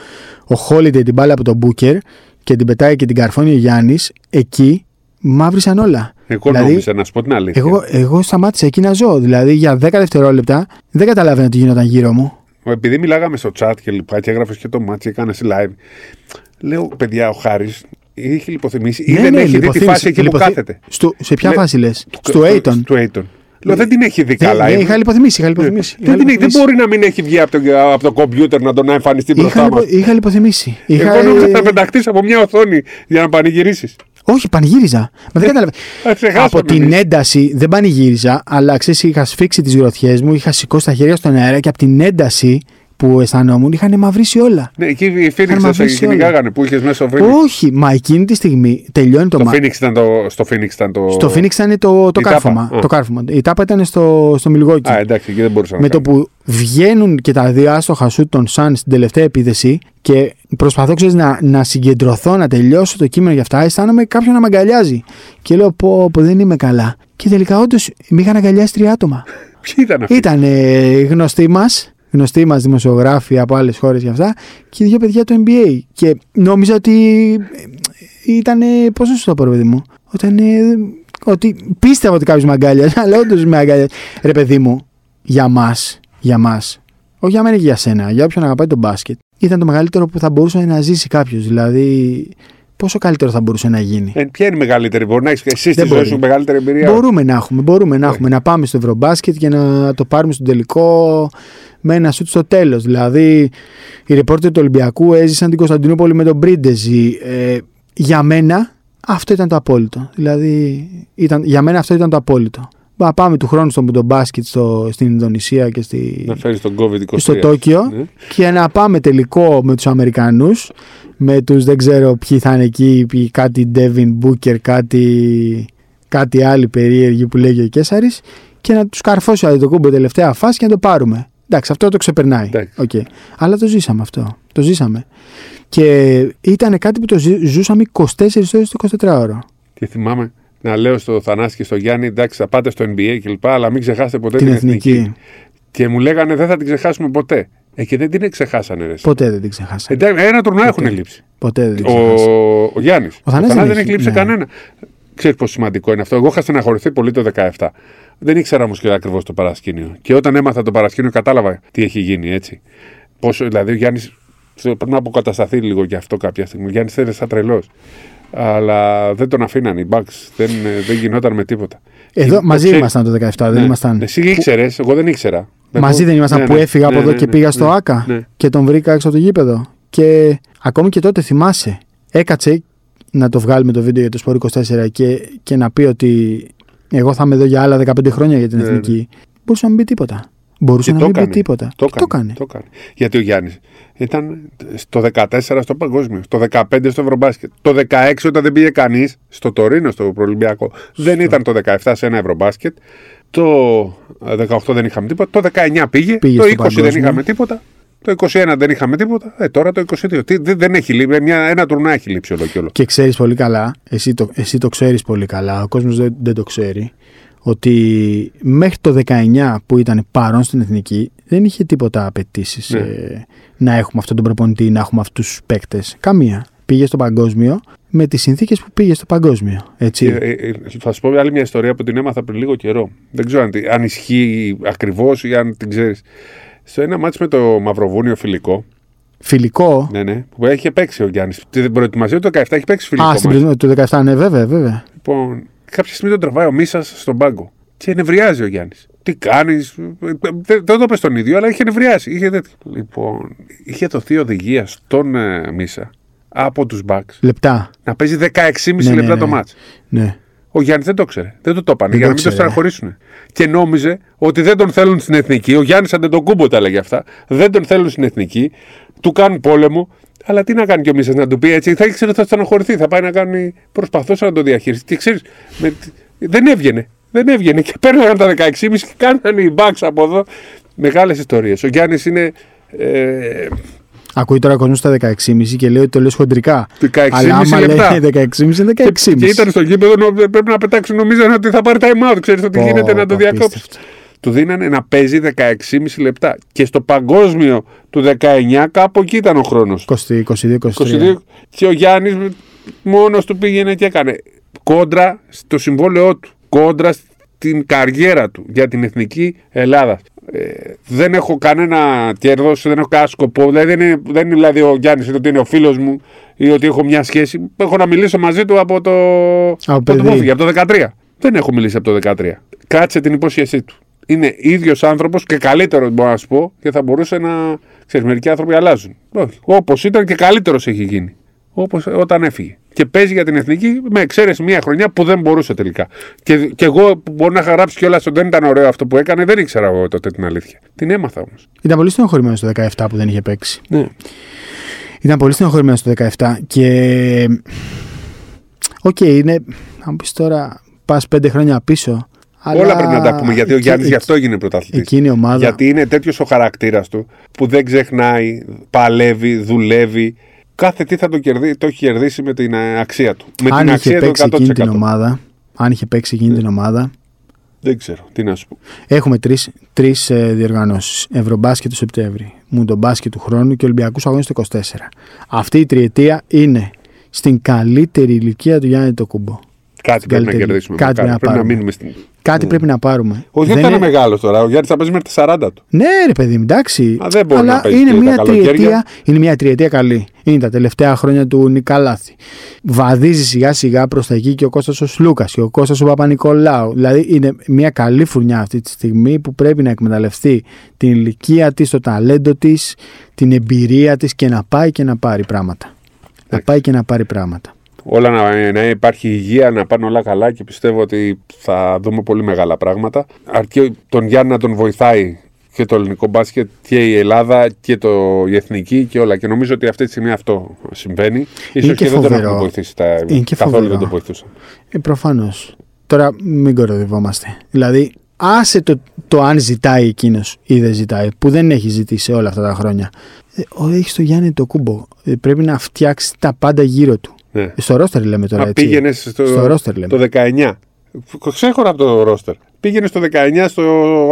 ο Holiday την μπάλα από τον Booker και την πετάει και την καρφώνει ο Γιάννης, εκεί μαύρισαν όλα. Εγώ Δηλαδή, νόμιζα να σου πω την αλήθεια. Εγώ, εγώ σταμάτησα εκεί να ζω. Δηλαδή για 10 δευτερόλεπτα δεν καταλάβαινα τι γινόταν γύρω μου. Επειδή μιλάγαμε στο chat και λοιπά και έγραφες και το μάτι, έκανες live. Λέω, παιδιά, ο Χάρης είχε λιποθυμήσει ή Ναι, δεν ναι, έχει δει τη λιποθύμησε. φάση εκεί που Λιποθύ- κάθεται. Ναι. Στο, σε ποια Λε- φάση λες, στο Aiton. Στο Aiton. Λέω, δεν την έχει δει καλά. Ναι, Είναι- είχα λιποθυμίσει. Είχα λιποθυμίσει. δεν, την έχει- δεν μπορεί να μην έχει βγει από το, από το κομπιούτερ να τον εμφανιστεί Είχα, μπροστά μα. λιπο- είχα λιποθυμίσει. Είχα, Εγώ νόμιζα ε, θα πενταχτεί από μια οθόνη για να πανηγυρίσεις. Όχι, πανηγύριζα. Μα δεν κατάλαβα. ε, ξεχάσαμε Από την εμείς. ένταση δεν πανηγύριζα, αλλά ξέρεις, είχα σφίξει τις γροθιές μου, είχα σηκώσει τα χέρια στον αέρα και από την ένταση που αισθανόμουν είχαν μαυρίσει όλα. Ναι, εκεί οι Phoenix Είχαν σε μαυρίσει όλα. κυνηγάγανε που είχες μέσα ο Phoenix. Όχι, μα εκείνη τη στιγμή τελειώνει το, Το μα. Phoenix ήταν το. Στο Phoenix ήταν το. Στο Phoenix ήταν το, το, Η τάπα. κάρφωμα, Α. το κάρφωμα. Η τάπα ήταν στο, στο Μιλγόκι. Α, εντάξει, εκεί δεν μπορούσα να με το κάνω. που βγαίνουν και τα δύο άστοχα σουτ των Σαν στην τελευταία επίθεση και προσπαθώ ξέρεις, να, να συγκεντρωθώ, να τελειώσω το κείμενο για αυτά, αισθάνομαι κάποιον να με αγκαλιάζει. Και λέω πω, πω δεν είμαι καλά. Και τελικά όντως με είχαν αγκαλιάσει τρία άτομα. Ποιοι ήταν αυτοί. Ήταν ε, γνωστοί μας, γνωστοί μας δημοσιογράφοι από άλλες χώρες και αυτά, και δύο παιδιά του NBA. Και νόμιζα ότι ήταν. Πώς να σου το πω, ρε παιδί μου. Όταν, ε, ότι πίστευα ότι κάποιος με αγκάλιασε, αλλά όντως με αγκάλιασε. Ρε παιδί μου, για μας, για μας, όχι για μένα και για σένα, για όποιον αγαπάει τον μπάσκετ, ήταν το μεγαλύτερο που θα μπορούσε να ζήσει κάποιος. Δηλαδή, πόσο καλύτερο θα μπορούσε να γίνει. Ε, ποια είναι η μεγαλύτερη, μπορεί να έχεις εσύ στη Δεν ζωή μπορεί. σου μεγαλύτερη εμπειρία. Ε. Μπορούμε να έχουμε, μπορούμε να έχουμε. Να πάμε στο Ευρωμπάσκετ και να το πάρουμε στον τελικό με ένα σουτ στο τέλος. Δηλαδή, οι ρεπόρτερ του Ολυμπιακού έζησαν την Κωνσταντινούπολη με τον Πρίντεζι. Ε, για μένα αυτό ήταν το απόλυτο. Δηλαδή, ήταν, για μένα αυτό ήταν το απόλυτο. Μπα, πάμε του χρόνου στο μπάσκετ στο, στην Ινδονησία και στη, Να φέρεις τον COVID-23. στο Τόκιο Ναι. και να πάμε τελικό με τους Αμερικανούς με τους δεν ξέρω ποιοι θα είναι εκεί ποιοι, κάτι Devin Booker κάτι, κάτι άλλοι περίεργοι που λέγει ο Κέσαρης και να τους καρφώσει ο κούμπο τελευταία φάση και να το πάρουμε εντάξει αυτό το ξεπερνάει Εντάξει. Οκ. αλλά το ζήσαμε αυτό το ζήσαμε και ήταν κάτι που το ζη- ζούσαμε 24 ώρες το 24ωρο Και θυμάμαι να λέω στο Θανάση και στο Γιάννη, εντάξει, θα πάτε στο NBA κλπ. Αλλά μην ξεχάσετε ποτέ την την, εθνική. Και μου λέγανε, δεν θα την ξεχάσουμε ποτέ. Ε, και δεν την ξεχάσανε, ρε. Ε, ποτέ δεν την ξεχάσαμε Εντάξει, ένα τουρνά έχουν λείψει. ποτέ δεν την Ο, ξεχάσαμε ο Γιάννης. Ο, Θανάσης Θανάσης δεν δεν έχει, έχει λείψει ναι. κανένα. Ξέρεις πόσο σημαντικό είναι αυτό. Εγώ είχα στεναχωρηθεί πολύ το 17. Δεν ήξερα όμως και ακριβώς το παρασκήνιο. Και όταν έμαθα το παρασκήνιο, κατάλαβα τι έχει γίνει έτσι. Πόσο, δηλαδή ο Γιάννης. Πρέπει να αποκατασταθεί λίγο γι' αυτό κάποια στιγμή. Ο Γιάννης ήταν σαν τρελός. Αλλά δεν τον αφήναν οι Bucks. Δεν, ε, δεν γινόταν με τίποτα. εδώ Και- μαζί ξέρει- ήμασταν το 17 δεν ναι. ήμασταν Εσύ ήξερες, εγώ δεν ήξερα. Μαζί δεν ήμασταν Ναι, που ναι, έφυγα ναι, από εδώ ναι, και ναι, πήγα ναι, στο ναι, ΑΚΑ ναι. και τον βρήκα έξω από το γήπεδο. Και ακόμη και τότε θυμάσαι. Έκατσε να το βγάλουμε το βίντεο για το Σπορ 24 και, και να πει ότι εγώ θα είμαι εδώ για άλλα 15 χρόνια για την Ναι, ναι. εθνική. Μπορούσε να μην πει τίποτα. Μπορούσε Και να το μην πει έκανε. τίποτα. Το Και έκανε, το έκανε. Γιατί ο Γιάννης ήταν στο 14 στο παγκόσμιο, στο 15 στο ευρωμπάσκετ. Το 16 όταν δεν πήγε κανείς στο Τωρίνο, στο προολυμπιακό. Δεν ήταν το 17 σε ένα ευρωμπάσκετ. Το 18 δεν είχαμε τίποτα. Το 19 πήγε. Πήγε το στο 20 δεν παγκόσμιο. είχαμε τίποτα. Το 21 δεν είχαμε τίποτα. Ε, τώρα το 22. Τι, δεν, δεν έχει λείψει. Μια, ένα τουρνά έχει λείψει όλο και όλο. Και ξέρεις πολύ καλά, εσύ το, εσύ το ξέρεις πολύ καλά, ο κόσμος δεν, δεν το ξέρει, ότι μέχρι το 19 που ήταν παρόν στην Εθνική δεν είχε τίποτα απαιτήσει Ναι. να έχουμε αυτόν τον προπονητή, να έχουμε αυτούς τους παίκτες. Καμία. Πήγε στο παγκόσμιο με τις συνθήκες που πήγε στο παγκόσμιο. Έτσι. Ε, ε, ε, θα σου πω άλλη μια ιστορία που την έμαθα πριν λίγο καιρό. Δεν ξέρω αν, τη- αν ισχύει ακριβώς ή αν την ξέρεις. Στο ένα μάτσο με το Μαυροβούνιο φιλικό, Φιλικό. ναι, ναι, που έχει παίξει ο Γιάννης. Την προετοιμασία του 17 έχει παίξει φιλικό. Α, στην μάτς. προηγούμενη του 17, ναι, βέβαια, βέβαια. Λοιπόν, Κάποια στιγμή τον τραβάει ο Μίσας στον πάγκο. Και νευριάζει ο Γιάννης. Τι κάνεις. Δεν, δεν το πες τον ίδιο, αλλά είχε νευριάσει. Είχε τέτοιο. Λοιπόν, είχε δοθεί οδηγία στον ε, Μίσα από τους Bucks Λεπτά. να παίζει 16,5 Ναι, ναι, λεπτά ναι. το μάτς. Ναι. Ο Γιάννης δεν το ξέρε. Δεν του το είπανε Δεν για να το μην το ξέρε. στεναχωρήσουν. Και νόμιζε ότι δεν τον θέλουν στην εθνική. Ο Γιάννης Αντετοκούμπο τα έλεγε αυτά. Δεν τον θέλουν στην εθνική. Του κάνουν πόλεμο. Αλλά τι να κάνει κι ο Μίσας να του πει έτσι. Θα ήξερε ότι θα στεναχωρηθεί. Θα πάει να κάνει. Προσπαθούσε να το διαχειριστεί. Και ξέρεις, δεν έβγαινε. Δεν έβγαινε. Και παίρνανε τα 16,5 και κάνανε οι μπαξ από εδώ. Μεγάλες ιστορίες. Ο Γιάννης είναι. Ε, Ακούει τώρα ο κόσμο τα 16,5 και λέει ότι το λες χοντρικά. 16,5 Αλλά άμα λεπτά. λέει 16,5 είναι 16,5. και, και ήταν στο γήπεδο, νο- πρέπει να πετάξουν. Νομίζανε ότι θα πάρει time out. Ξέρεις ότι Πω, γίνεται να το πω, διακόψει. απίστευτο. του δίνανε να παίζει 16,5 λεπτά. Και στο παγκόσμιο του 19 κάπου εκεί ήταν ο χρόνος. 20, 22, 23. 22 και ο Γιάννης μόνος του πήγαινε και έκανε κόντρα στο συμβόλαιό του. Κόντρα στην καριέρα του για την εθνική Ελλάδα. Ε, δεν έχω κανένα κέρδος, δεν έχω κανένα σκοπό. Δηλαδή, δεν είναι, δεν είναι δηλαδή ο Γιάννης ότι είναι ο φίλος μου ή ότι έχω μια σχέση. Έχω να μιλήσω μαζί του από το. το παιδί. Μόφυγε, από το 13. Δεν έχω μιλήσει από το 13. Κράτησε την υπόσχεσή του. Είναι ίδιος άνθρωπος και καλύτερος, μπορώ να σου πω, και θα μπορούσε να. ξέρεις, μερικοί άνθρωποι αλλάζουν. Όχι. Όπως ήταν και καλύτερος έχει γίνει. Όπως όταν έφυγε. Και παίζει για την εθνική με εξαίρεση μία χρονιά που δεν μπορούσε τελικά. Και, και εγώ που μπορώ να είχα γράψει κιόλας ότι δεν ήταν ωραίο αυτό που έκανε, δεν ήξερα εγώ τότε την αλήθεια. Την έμαθα όμως. Ήταν πολύ στενοχωρημένος το 17 που δεν είχε παίξει. Ναι. Ήταν πολύ στενοχωρημένος το 17 και. Οκ, είναι. Αν πεις τώρα, πας πέντε χρόνια πίσω. Αλλά... Όλα πρέπει να τα πούμε γιατί ο εκεί- Γιάννης γι' εκεί- αυτό έγινε πρωταθλητής. Εκείνη η ομάδα. Γιατί είναι τέτοιος ο χαρακτήρας του που δεν ξεχνάει, παλεύει, δουλεύει. Κάθε τι θα το, κερδί, το έχει κερδίσει με την ε, αξία του. Με αν την είχε αξία του παίξει 100%. εκείνη την ομάδα. Αν είχε παίξει εκείνη Ναι. την ομάδα. Δεν ξέρω τι να σου πω. Έχουμε τρεις τρεις, ε, διοργανώσεις. Ευρωμπάσκετ του Σεπτέμβρη, Μουντομπάσκετ του χρόνου και Ολυμπιακούς Αγώνες του 24. Αυτή η τριετία είναι στην καλύτερη ηλικία του Γιάννη το κουμπό. Κάτι πρέπει να καλύτερη- κερδίσουμε. κάτι μακάρι. να πρέπει να πάρουμε. μείνουμε στην. Κάτι πρέπει να πάρουμε. Ο Γιάννη Δεν ήταν είναι- μεγάλος Ναι. τώρα. Ο Γιάννης θα παίζει μέχρι τα 40 του. Ναι, ρε παιδί, μου, εντάξει. Α, δεν μπορεί αλλά να παίζει είναι και τα μια, καλοκαίρια. τριετία, είναι μια τριετία καλή. Είναι τα τελευταία χρόνια του Νικαλάθη. Βαδίζει σιγά σιγά προς τα εκεί και ο Κώστας ο Σλούκας και ο Κώστας ο Παπα-Νικολάου. Δηλαδή είναι μια καλή φουρνιά αυτή τη στιγμή που πρέπει να εκμεταλλευτεί την ηλικία της, το ταλέντο της, την εμπειρία της και να πάει και να πάρει πράγματα. Να πάει και να πάρει πράγματα. Όλα να, να υπάρχει υγεία, να πάνε όλα καλά και πιστεύω ότι θα δούμε πολύ μεγάλα πράγματα. Αρκεί τον Γιάννη να τον βοηθάει και το ελληνικό μπάσκετ και η Ελλάδα και το, η εθνική και όλα. Και νομίζω ότι αυτή τη στιγμή αυτό συμβαίνει. Ίσως και και, δεν τον φοβερό. έχουν βοηθήσει τα, Είναι και καθόλου φοβερό. δεν τον βοηθούσαν. Ε, Προφανώς. Τώρα μην κοροϊδευόμαστε. Δηλαδή, άσε το, το αν ζητάει εκείνος ή δεν ζητάει, που δεν έχει ζητήσει όλα αυτά τα χρόνια. Ε, ο- έχει το Γιάννη το κούμπο. Ε, πρέπει να φτιάξει τα πάντα γύρω του. Ε, Ναι. Στο ρόστερ λέμε τώρα. Να έτσι. πήγαινες στο, Στο ρόστερ λέμε. το 19. Ξέχωρα από το ρόστερ. Πήγαινες στο 19 στο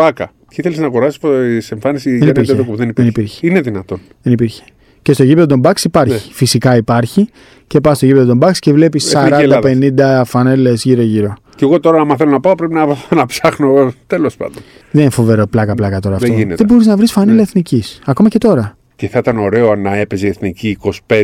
ΑΚΑ. Και ήθελε να αγοράσεις σε εμφάνιση για ένα υπήρχε. τέτοιο που δεν Δεν υπήρχε. υπήρχε. Είναι δυνατόν. Δεν υπήρχε. Και στο γήπεδο των Bucks υπάρχει. Ναι. Φυσικά υπάρχει. Και πας στο γήπεδο των Bucks και βλέπεις Εθνική Ελλάδα. 40-50 φανέλες γύρω-γύρω. Και εγώ τώρα, άμα θέλω να πάω, πρέπει να, να ψάχνω. Τέλος πάντων. Δεν είναι φοβερό πλάκα-πλάκα τώρα Δεν αυτό. γίνεται. Ναι. Δεν μπορείς να βρεις φανέλα εθνικής. Ακόμα και τώρα. Και θα ήταν ωραίο να έπαιζε η εθνική 25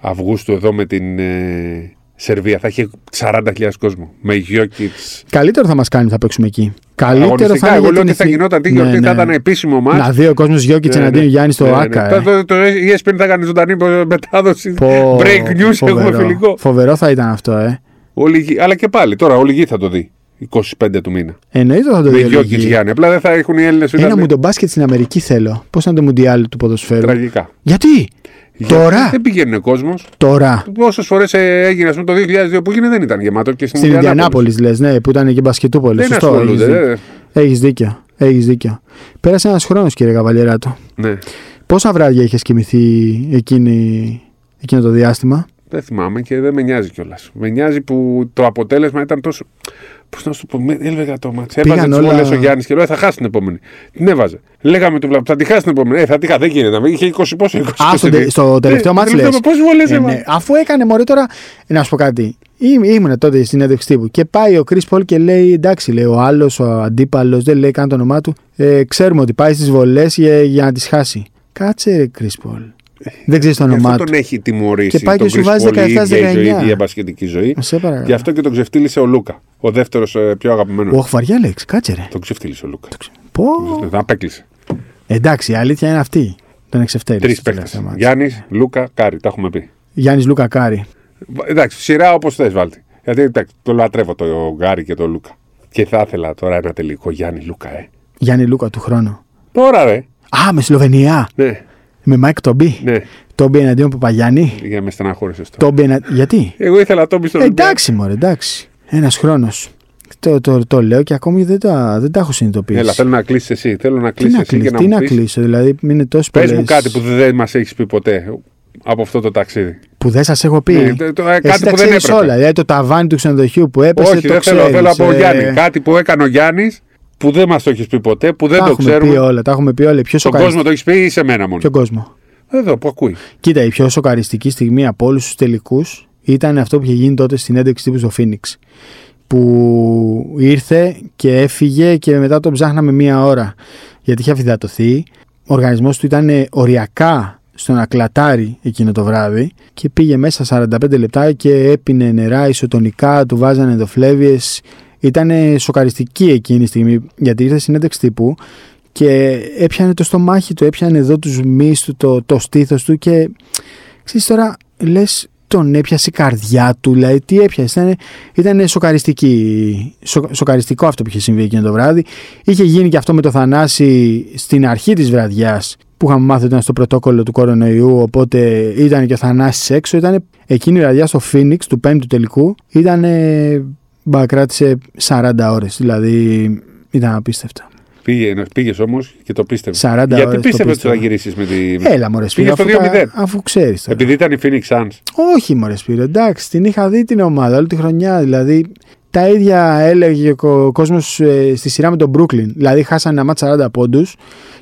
Αυγούστου εδώ με την ε, Σερβία. Θα είχε 40.000 κόσμο. Με Γιώκητ. Καλύτερο θα μας κάνει που θα παίξουμε εκεί. Καλύτερο θα Αγωνιστικά. είναι. Εγώ για λέω την ότι θα εθνική. γινόταν. Τι Ναι, γιορτή θα ναι. ήταν επίσημο μα. Να δει ο κόσμος Ναι, Γιώκητ εναντίον Γιάννης στο ΑΚΑ. ε. Το, E το, το ESPN θα έκανε ζωντανή μετάδοση. Πω, break news. Έχουμε φιλικό. Φοβερό θα ήταν αυτό, ε. Όλη, η γη- αλλά και πάλι τώρα όλη η γη θα το δει. 25 του μήνα. Εννοείται θα το Με δει. Γιώκητ η Λογική. Γιάννη. Απλά δεν θα έχουν οι δηλαδή Έλληνες. Ένα μου τον μπάσκετ στην Αμερική θέλω. Πώς ήταν το μουντιάλ του ποδοσφαίρου. Τραγικά. Γιατί τώρα, Δεν πήγαινε κόσμος. τώρα. Όσε φορές ε, έγινε, ας πούμε, το 2002 που έγινε δεν ήταν γεμάτο και στην Στην Ινδιανάπολη. Ινδιανάπολης, λες, ναι, που ήταν και μπασκετούπολη. Δεν Σωστό. Έχει ασχολούνται. ε. δίκιο. δεν- Έχεις δίκιο. Έχεις δίκιο. Πέρασε ένας χρόνος, κύριε Καβαλιεράτο. Ναι. Πόσα βράδια είχες κοιμηθεί εκείνη, εκείνο το διάστημα. Δεν θυμάμαι και δεν με νοιάζει κιόλας. Με νοιάζει που το αποτέλεσμα ήταν τόσο. Πώς να σου το πω, με- έλεγα το μάτι. Έβαζε Πήγαν τις όλα- όλα... ο Γιάννης και λέω «Ε, θα χάσει την επόμενη. Την έβαζε. Λέγαμε του βλάπη, θα τη χάσει την επόμενη. Ε, θα τη χάσει. Δεν γίνεται. Είχε 20 πόσο, Ε, 20. Α, στο, τε- στο τελευταίο μάτς λες. Πόσες βολέ Ε, ναι. Αφού έκανε μωρή τώρα, ε, να σου πω κάτι. Ή- Ήμουν τότε στην έντευξη τύπου και πάει ο Κρι Πολ και λέει: Εντάξει, λέει ο άλλος, ο αντίπαλος, δεν λέει καν το όνομά του. Ε, ξέρουμε ότι πάει στις βολές για, για να τις χάσει. Κάτσε, ρε Κρι Πολ. Δεν ξέρεις το Ε, Γι' όνομά αυτό του. τον έχει τιμωρήσει. Και πάει και τον σου βάζει Chris Paul, η ίδια η ζωή, 17-19. Η διαπασχετική ζωή. Σε παρακαλώ. Γι' αυτό και τον ξεφτύλισε ο Λούκα. Ο δεύτερος πιο αγαπημένος. Οχ, βαριά λέξη, κάτσε ρε. Τον ξεφτύλισε ο Λούκα. Πω. Τον απέκλεισε. Εντάξει, η αλήθεια είναι αυτή. Τον εξευτέλισε. Τρει στο παίχτε. τελευταίο μάτς. Γιάννης, Λούκα, Κάρι. Τα έχουμε πει. Γιάννης Λούκα Κάρη. Βα- Εντάξει, σειρά όπως θες, βάλτε. Γιατί εντάξει, το λατρεύω το Γκάρι και το Λούκα. Και θα ήθελα τώρα ένα τελικό Γιάννη Λούκα, ε. Γιάννη Λούκα του χρόνου. Τώρα ρε. Α, με Σλοβενία. Ναι, Με Μάικ Τόμπι. ναι. Τόμπι εναντίον Παπαγιάννη. Για με στεναχώρησε τώρα. Τόμπι ενα... Γιατί. Εγώ ήθελα τον πιστό. Ε, εντάξει, μωρέ, εντάξει. Ένας χρόνος. Το, το, το λέω και ακόμη δεν τα, δεν τα έχω συνειδητοποιήσει. Έλα, θέλω να κλείσεις εσύ. Θέλω να τι κλείσει να εσύ και κλείσω, να τι μου να πεις. κλείσω, δηλαδή είναι τόσο Πες πολλές μου κάτι που δεν μας έχεις πει ποτέ από αυτό το ταξίδι. που δεν σας έχω πει. Ναι, το- το- ε, Εσύ κάτι τα που δεν ξέρεις έπρεπε. όλα. Δηλαδή το ταβάνι του ξενοδοχείου που έπεσε. το Όχι, δεν θέλω, ξέρεις, θέλω από ε, Γιάννη. Κάτι που έκανε ο Γιάννης που δεν μας το έχεις πει ποτέ, που δεν τα το έχουμε ξέρουμε. πει όλα. Τα έχουμε πει όλα. Ποιος Στον κόσμο το έχεις πει ή σε μένα μόνο. Ποιον κόσμο. Εδώ που ακούει. Κοίτα, η πιο σοκαριστική στιγμή από όλους τους τελικούς ήταν αυτό που είχε γίνει τότε στην έντευξη τύπου στο Phoenix. Που ήρθε και έφυγε και μετά τον ψάχναμε μία ώρα. Γιατί είχε αφιδατωθεί. Ο οργανισμός του ήταν ε, οριακά στο να κλατάρει εκείνο το βράδυ και πήγε μέσα 45 λεπτά και έπινε νερά ισοτονικά, του βάζανε ενδοφλέβιες. Ήταν ε, σοκαριστική εκείνη η στιγμή γιατί ήρθε συνέντευξη τύπου και έπιανε το στομάχι του, έπιανε εδώ τους μυς του, το, το στήθος του και ξέρεις τώρα λες τον έπιασε η καρδιά του, δηλαδή τι έπιασε, ήταν, ήταν σοκαριστική, σο- σοκαριστικό αυτό που είχε συμβεί εκείνο το βράδυ. Είχε γίνει και αυτό με το Θανάση στην αρχή της βραδιάς που είχαμε μάθει ότι ήταν στο πρωτόκολλο του κορονοϊού, οπότε ήταν και ο Θανάσης έξω, ήταν εκείνη η βραδιά στο Phoenix του πέμπτου τελικού, ήταν ε, μπα, κράτησε 40 ώρες, δηλαδή ήταν απίστευτα. Πήγε, ναι, πήγες όμως και το πίστευες. 40 ώρες Γιατί το πίστευες ότι θα πίστευα. γυρίσεις με τη. Έλα, μωρέ, Σπύρο, στο αφού, τα- 2-0. αφού ξέρεις. Επειδή ήταν η Phoenix Suns. Όχι, μωρέ, Σπύρο, εντάξει, την είχα δει την ομάδα όλη τη χρονιά. Δηλαδή, τα ίδια έλεγε ο κόσμος στη σειρά με τον Brooklyn. Δηλαδή, χάσανε ένα μάτς 40 πόντου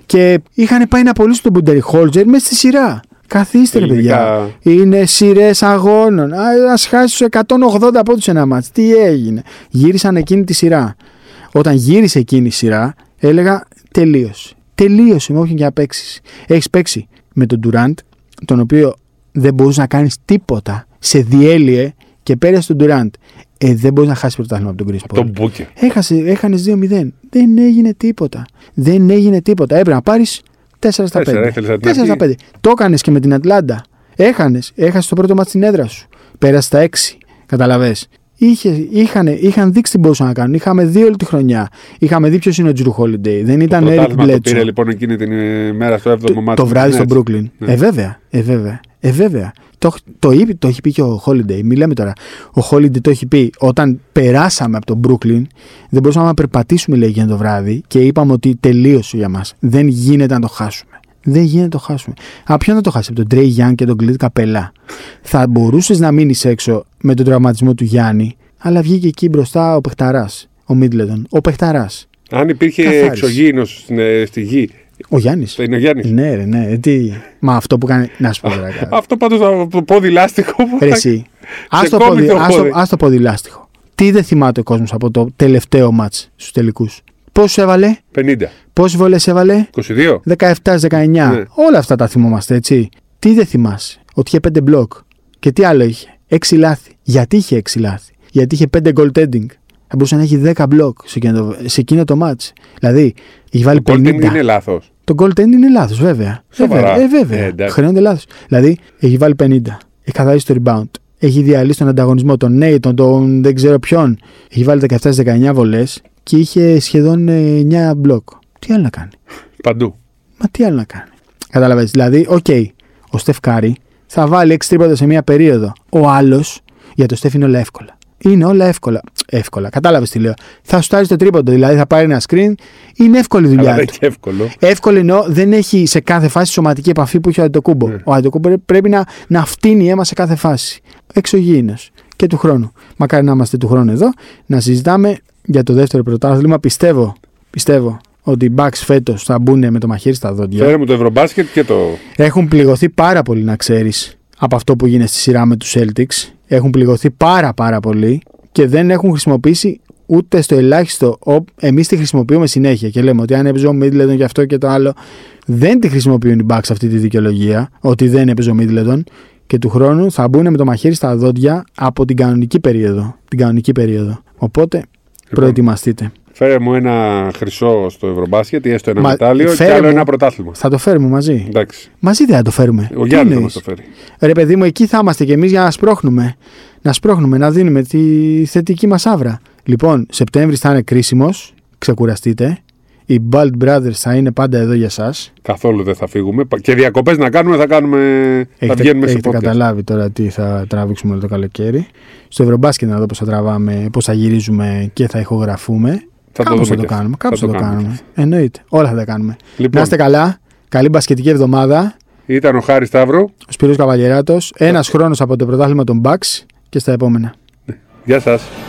και είχαν πάει να απολύσουν τον Μπουντερι Χόλτζερ μέσα στη σειρά. Καθίστε, ρε παιδιά. Ελληνικά- Είναι σειρές αγώνων. Α χάσει 180 πόντου ένα μάτς. Τι έγινε. Γύρισαν εκείνη τη σειρά. Όταν γύρισε εκείνη η σειρά, έλεγα τελείωσε. Τελείωσε με όποιον και να παίξεις. Έχεις παίξει με τον Durant, τον οποίο δεν μπορούσες να κάνεις τίποτα. Σε διέλυε και πέρασε τον Durant. Ε, δεν μπορείς να χάσεις πρωτάθλημα από τον Chris Paul. Τον Μπούκερ. Έχασε, έχανες 2-0. Δεν έγινε τίποτα. Δεν έγινε τίποτα. Έπρεπε να πάρεις 4 στα 5. Τέσσερα, ήθελες από την 4 στα αρχή. 5. Το έκανες και με την Ατλάντα. Έχανες. Έχασες το πρώτο μάτι στην έδρα σου. Πέρασε τα 6. Καταλαβέ. είχαν, είχαν δείξει τι μπορούσαν να κάνουν. Είχαμε δει όλη τη χρονιά. Είχαμε δει ποιος είναι ο Τζρου Χόλιντεϊ. Δεν ήταν το Eric πρωτάθλημα το πήρε Bledsoe. λοιπόν εκείνη την ε, μέρα στο 7ο Το, μάτι. Ναι. το βράδυ στο Brooklyn. Brooklyn. Ναι. Ε, βέβαια. Ε, βέβαια. Ε, βέβαια. Το, έχ- το, είπε, το έχει πει και ο Holiday. Μιλάμε τώρα. Ο Holiday το έχει πει όταν περάσαμε από το Brooklyn. Δεν μπορούσαμε να περπατήσουμε, λέει, εκείνο το βράδυ και είπαμε ότι τελείωσε για μας. Δεν γίνεται να το χάσουμε. Δεν γίνεται να το χάσουμε. Από ποιον θα το χάσει, από τον Τρέι Γιάνν και τον Κλειντ Καπελά. θα μπορούσες να μείνεις έξω με τον τραυματισμό του Γιάννη, αλλά βγήκε εκεί μπροστά ο Πεχταράς. Ο Μίτλετον. Ο Πεχταράς. Αν υπήρχε Καθάρισε. εξωγήινος στη γη, Ο Γιάννης. θα είναι ο Γιάννης. Ναι, ρε, ναι. Τι... Μα αυτό που κάνει. Να σου πω τώρα κάτι. Αυτό πάντως το πόδι λάστιχο που. Ρε εσύ, ας το, κόβει πόδι, το ας το- πόδι. ας το πόδι λάστιχο. Τι δεν θυμάται ο κόσμος από το τελευταίο μάτς στους τελικούς. Πόσους έβαλε, 50. πόσες βολές έβαλε, 22. 17-19. Ναι. Όλα αυτά τα θυμόμαστε, έτσι. Τι δεν θυμάσαι, ότι είχε 5 μπλοκ. Και τι άλλο είχε, 6 λάθη. Γιατί είχε 6 λάθη, γιατί είχε 5 goaltending. Θα μπορούσε να έχει 10 μπλοκ σε εκείνο το, σε εκείνο το μάτς. Δηλαδή, έχει βάλει 50. Κόλτιν είναι λάθος. Το goal end είναι λάθος, βέβαια. Σοβαρά. Ε, βέβαια. Ε, βέβαια. Ε, εντάξει. Χρειάζονται λάθος. Δηλαδή, έχει βάλει 50. Έχει καθαρίσει το rebound. Έχει διαλύσει τον ανταγωνισμό των Νέιτον, τον δεν ξέρω ποιον. Έχει βάλει 17-19 βολές και είχε σχεδόν ε, 9 μπλοκ. Τι άλλο να κάνει. Παντού. Μα τι άλλο να κάνει. Κατάλαβες. Δηλαδή, οκ, ο Στεφ Κάρη θα βάλει 6 τρίποτα σε μία περίοδο. Ο άλλος, για το Στεφ είναι όλα εύκολα. Είναι όλα εύκολα. Εύκολα. Κατάλαβες τι λέω. Θα σου το τρίποντο, δηλαδή θα πάρει ένα screen. Είναι εύκολη η δουλειά Αλλά δεν του. είναι και εύκολο. Εύκολη εννοώ, δεν έχει σε κάθε φάση σωματική επαφή που έχει ο Αντοκούμπο. Ο Αντοκούμπο πρέ- πρέπει να, να φτύνει αίμα σε κάθε φάση. Εξωγήινος και του χρόνου. Μακάρι να είμαστε του χρόνου εδώ, να συζητάμε για το δεύτερο πρωτάθλημα. Πιστεύω, πιστεύω ότι οι Bucks φέτος θα μπουν με το μαχαίρι στα δόντια. Φέρε μου το Ευρωμπάσκετ και το. Έχουν πληγωθεί πάρα πολύ, να ξέρεις, από αυτό που γίνεται στη σειρά με τους Celtics. Έχουν πληγωθεί πάρα πάρα πολύ και δεν έχουν χρησιμοποιήσει ούτε στο ελάχιστο. Εμείς τη χρησιμοποιούμε συνέχεια και λέμε ότι αν έπαιζε ο Μίτλετον και αυτό και το άλλο. Δεν τη χρησιμοποιούν οι Bucks αυτή τη δικαιολογία, ότι δεν έπαιζε ο Μίτλετον. και του χρόνου θα μπουν με το μαχαίρι στα δόντια από την κανονική περίοδο. Την κανονική περίοδο. Οπότε Λοιπόν. προετοιμαστείτε. Φέρε μου ένα χρυσό στο Ευρωμπάσκετ ή έστω ένα Μα, μετάλλιο και φέρε άλλο μου- ένα πρωτάθλημα. Θα το φέρουμε μαζί. Εντάξει. Μαζί δεν θα το φέρουμε. Ναι. Ο Τι Γιάννη θα εννοείς? μας το φέρει. Ρε παιδί μου, εκεί θα είμαστε κι εμείς για να σπρώχνουμε. Να σπρώχνουμε, να δίνουμε τη θετική μας άβρα. Λοιπόν, Σεπτέμβρη θα είναι κρίσιμος. Ξεκουραστείτε. Οι Bald Brothers θα είναι πάντα εδώ για εσά. Καθόλου δεν θα φύγουμε. Πα- Και διακοπές να κάνουμε, θα, κάνουμε... θα Έχετε, βγαίνουμε σε έχετε podcast. καταλάβει τώρα τι θα τραβήξουμε όλο το καλοκαίρι. Στο Ευρωμπάσκετ να δω πώς θα τραβάμε, πώς θα γυρίζουμε και θα ηχογραφούμε. Θα το Κάπως δούμε. θα και το αυτό. κάνουμε. Κάπως θα, το, κάνουμε. και αυτό. Εννοείται. Όλα θα τα κάνουμε. Να Λοιπόν, είστε καλά. Καλή μπασκετική εβδομάδα. ήταν ο Χάρης Σταύρου. Ο Σπύρος Καβαλιεράτος. Ένας χρόνος από το πρωτάθλημα των Bucks και στα επόμενα. Γεια σας.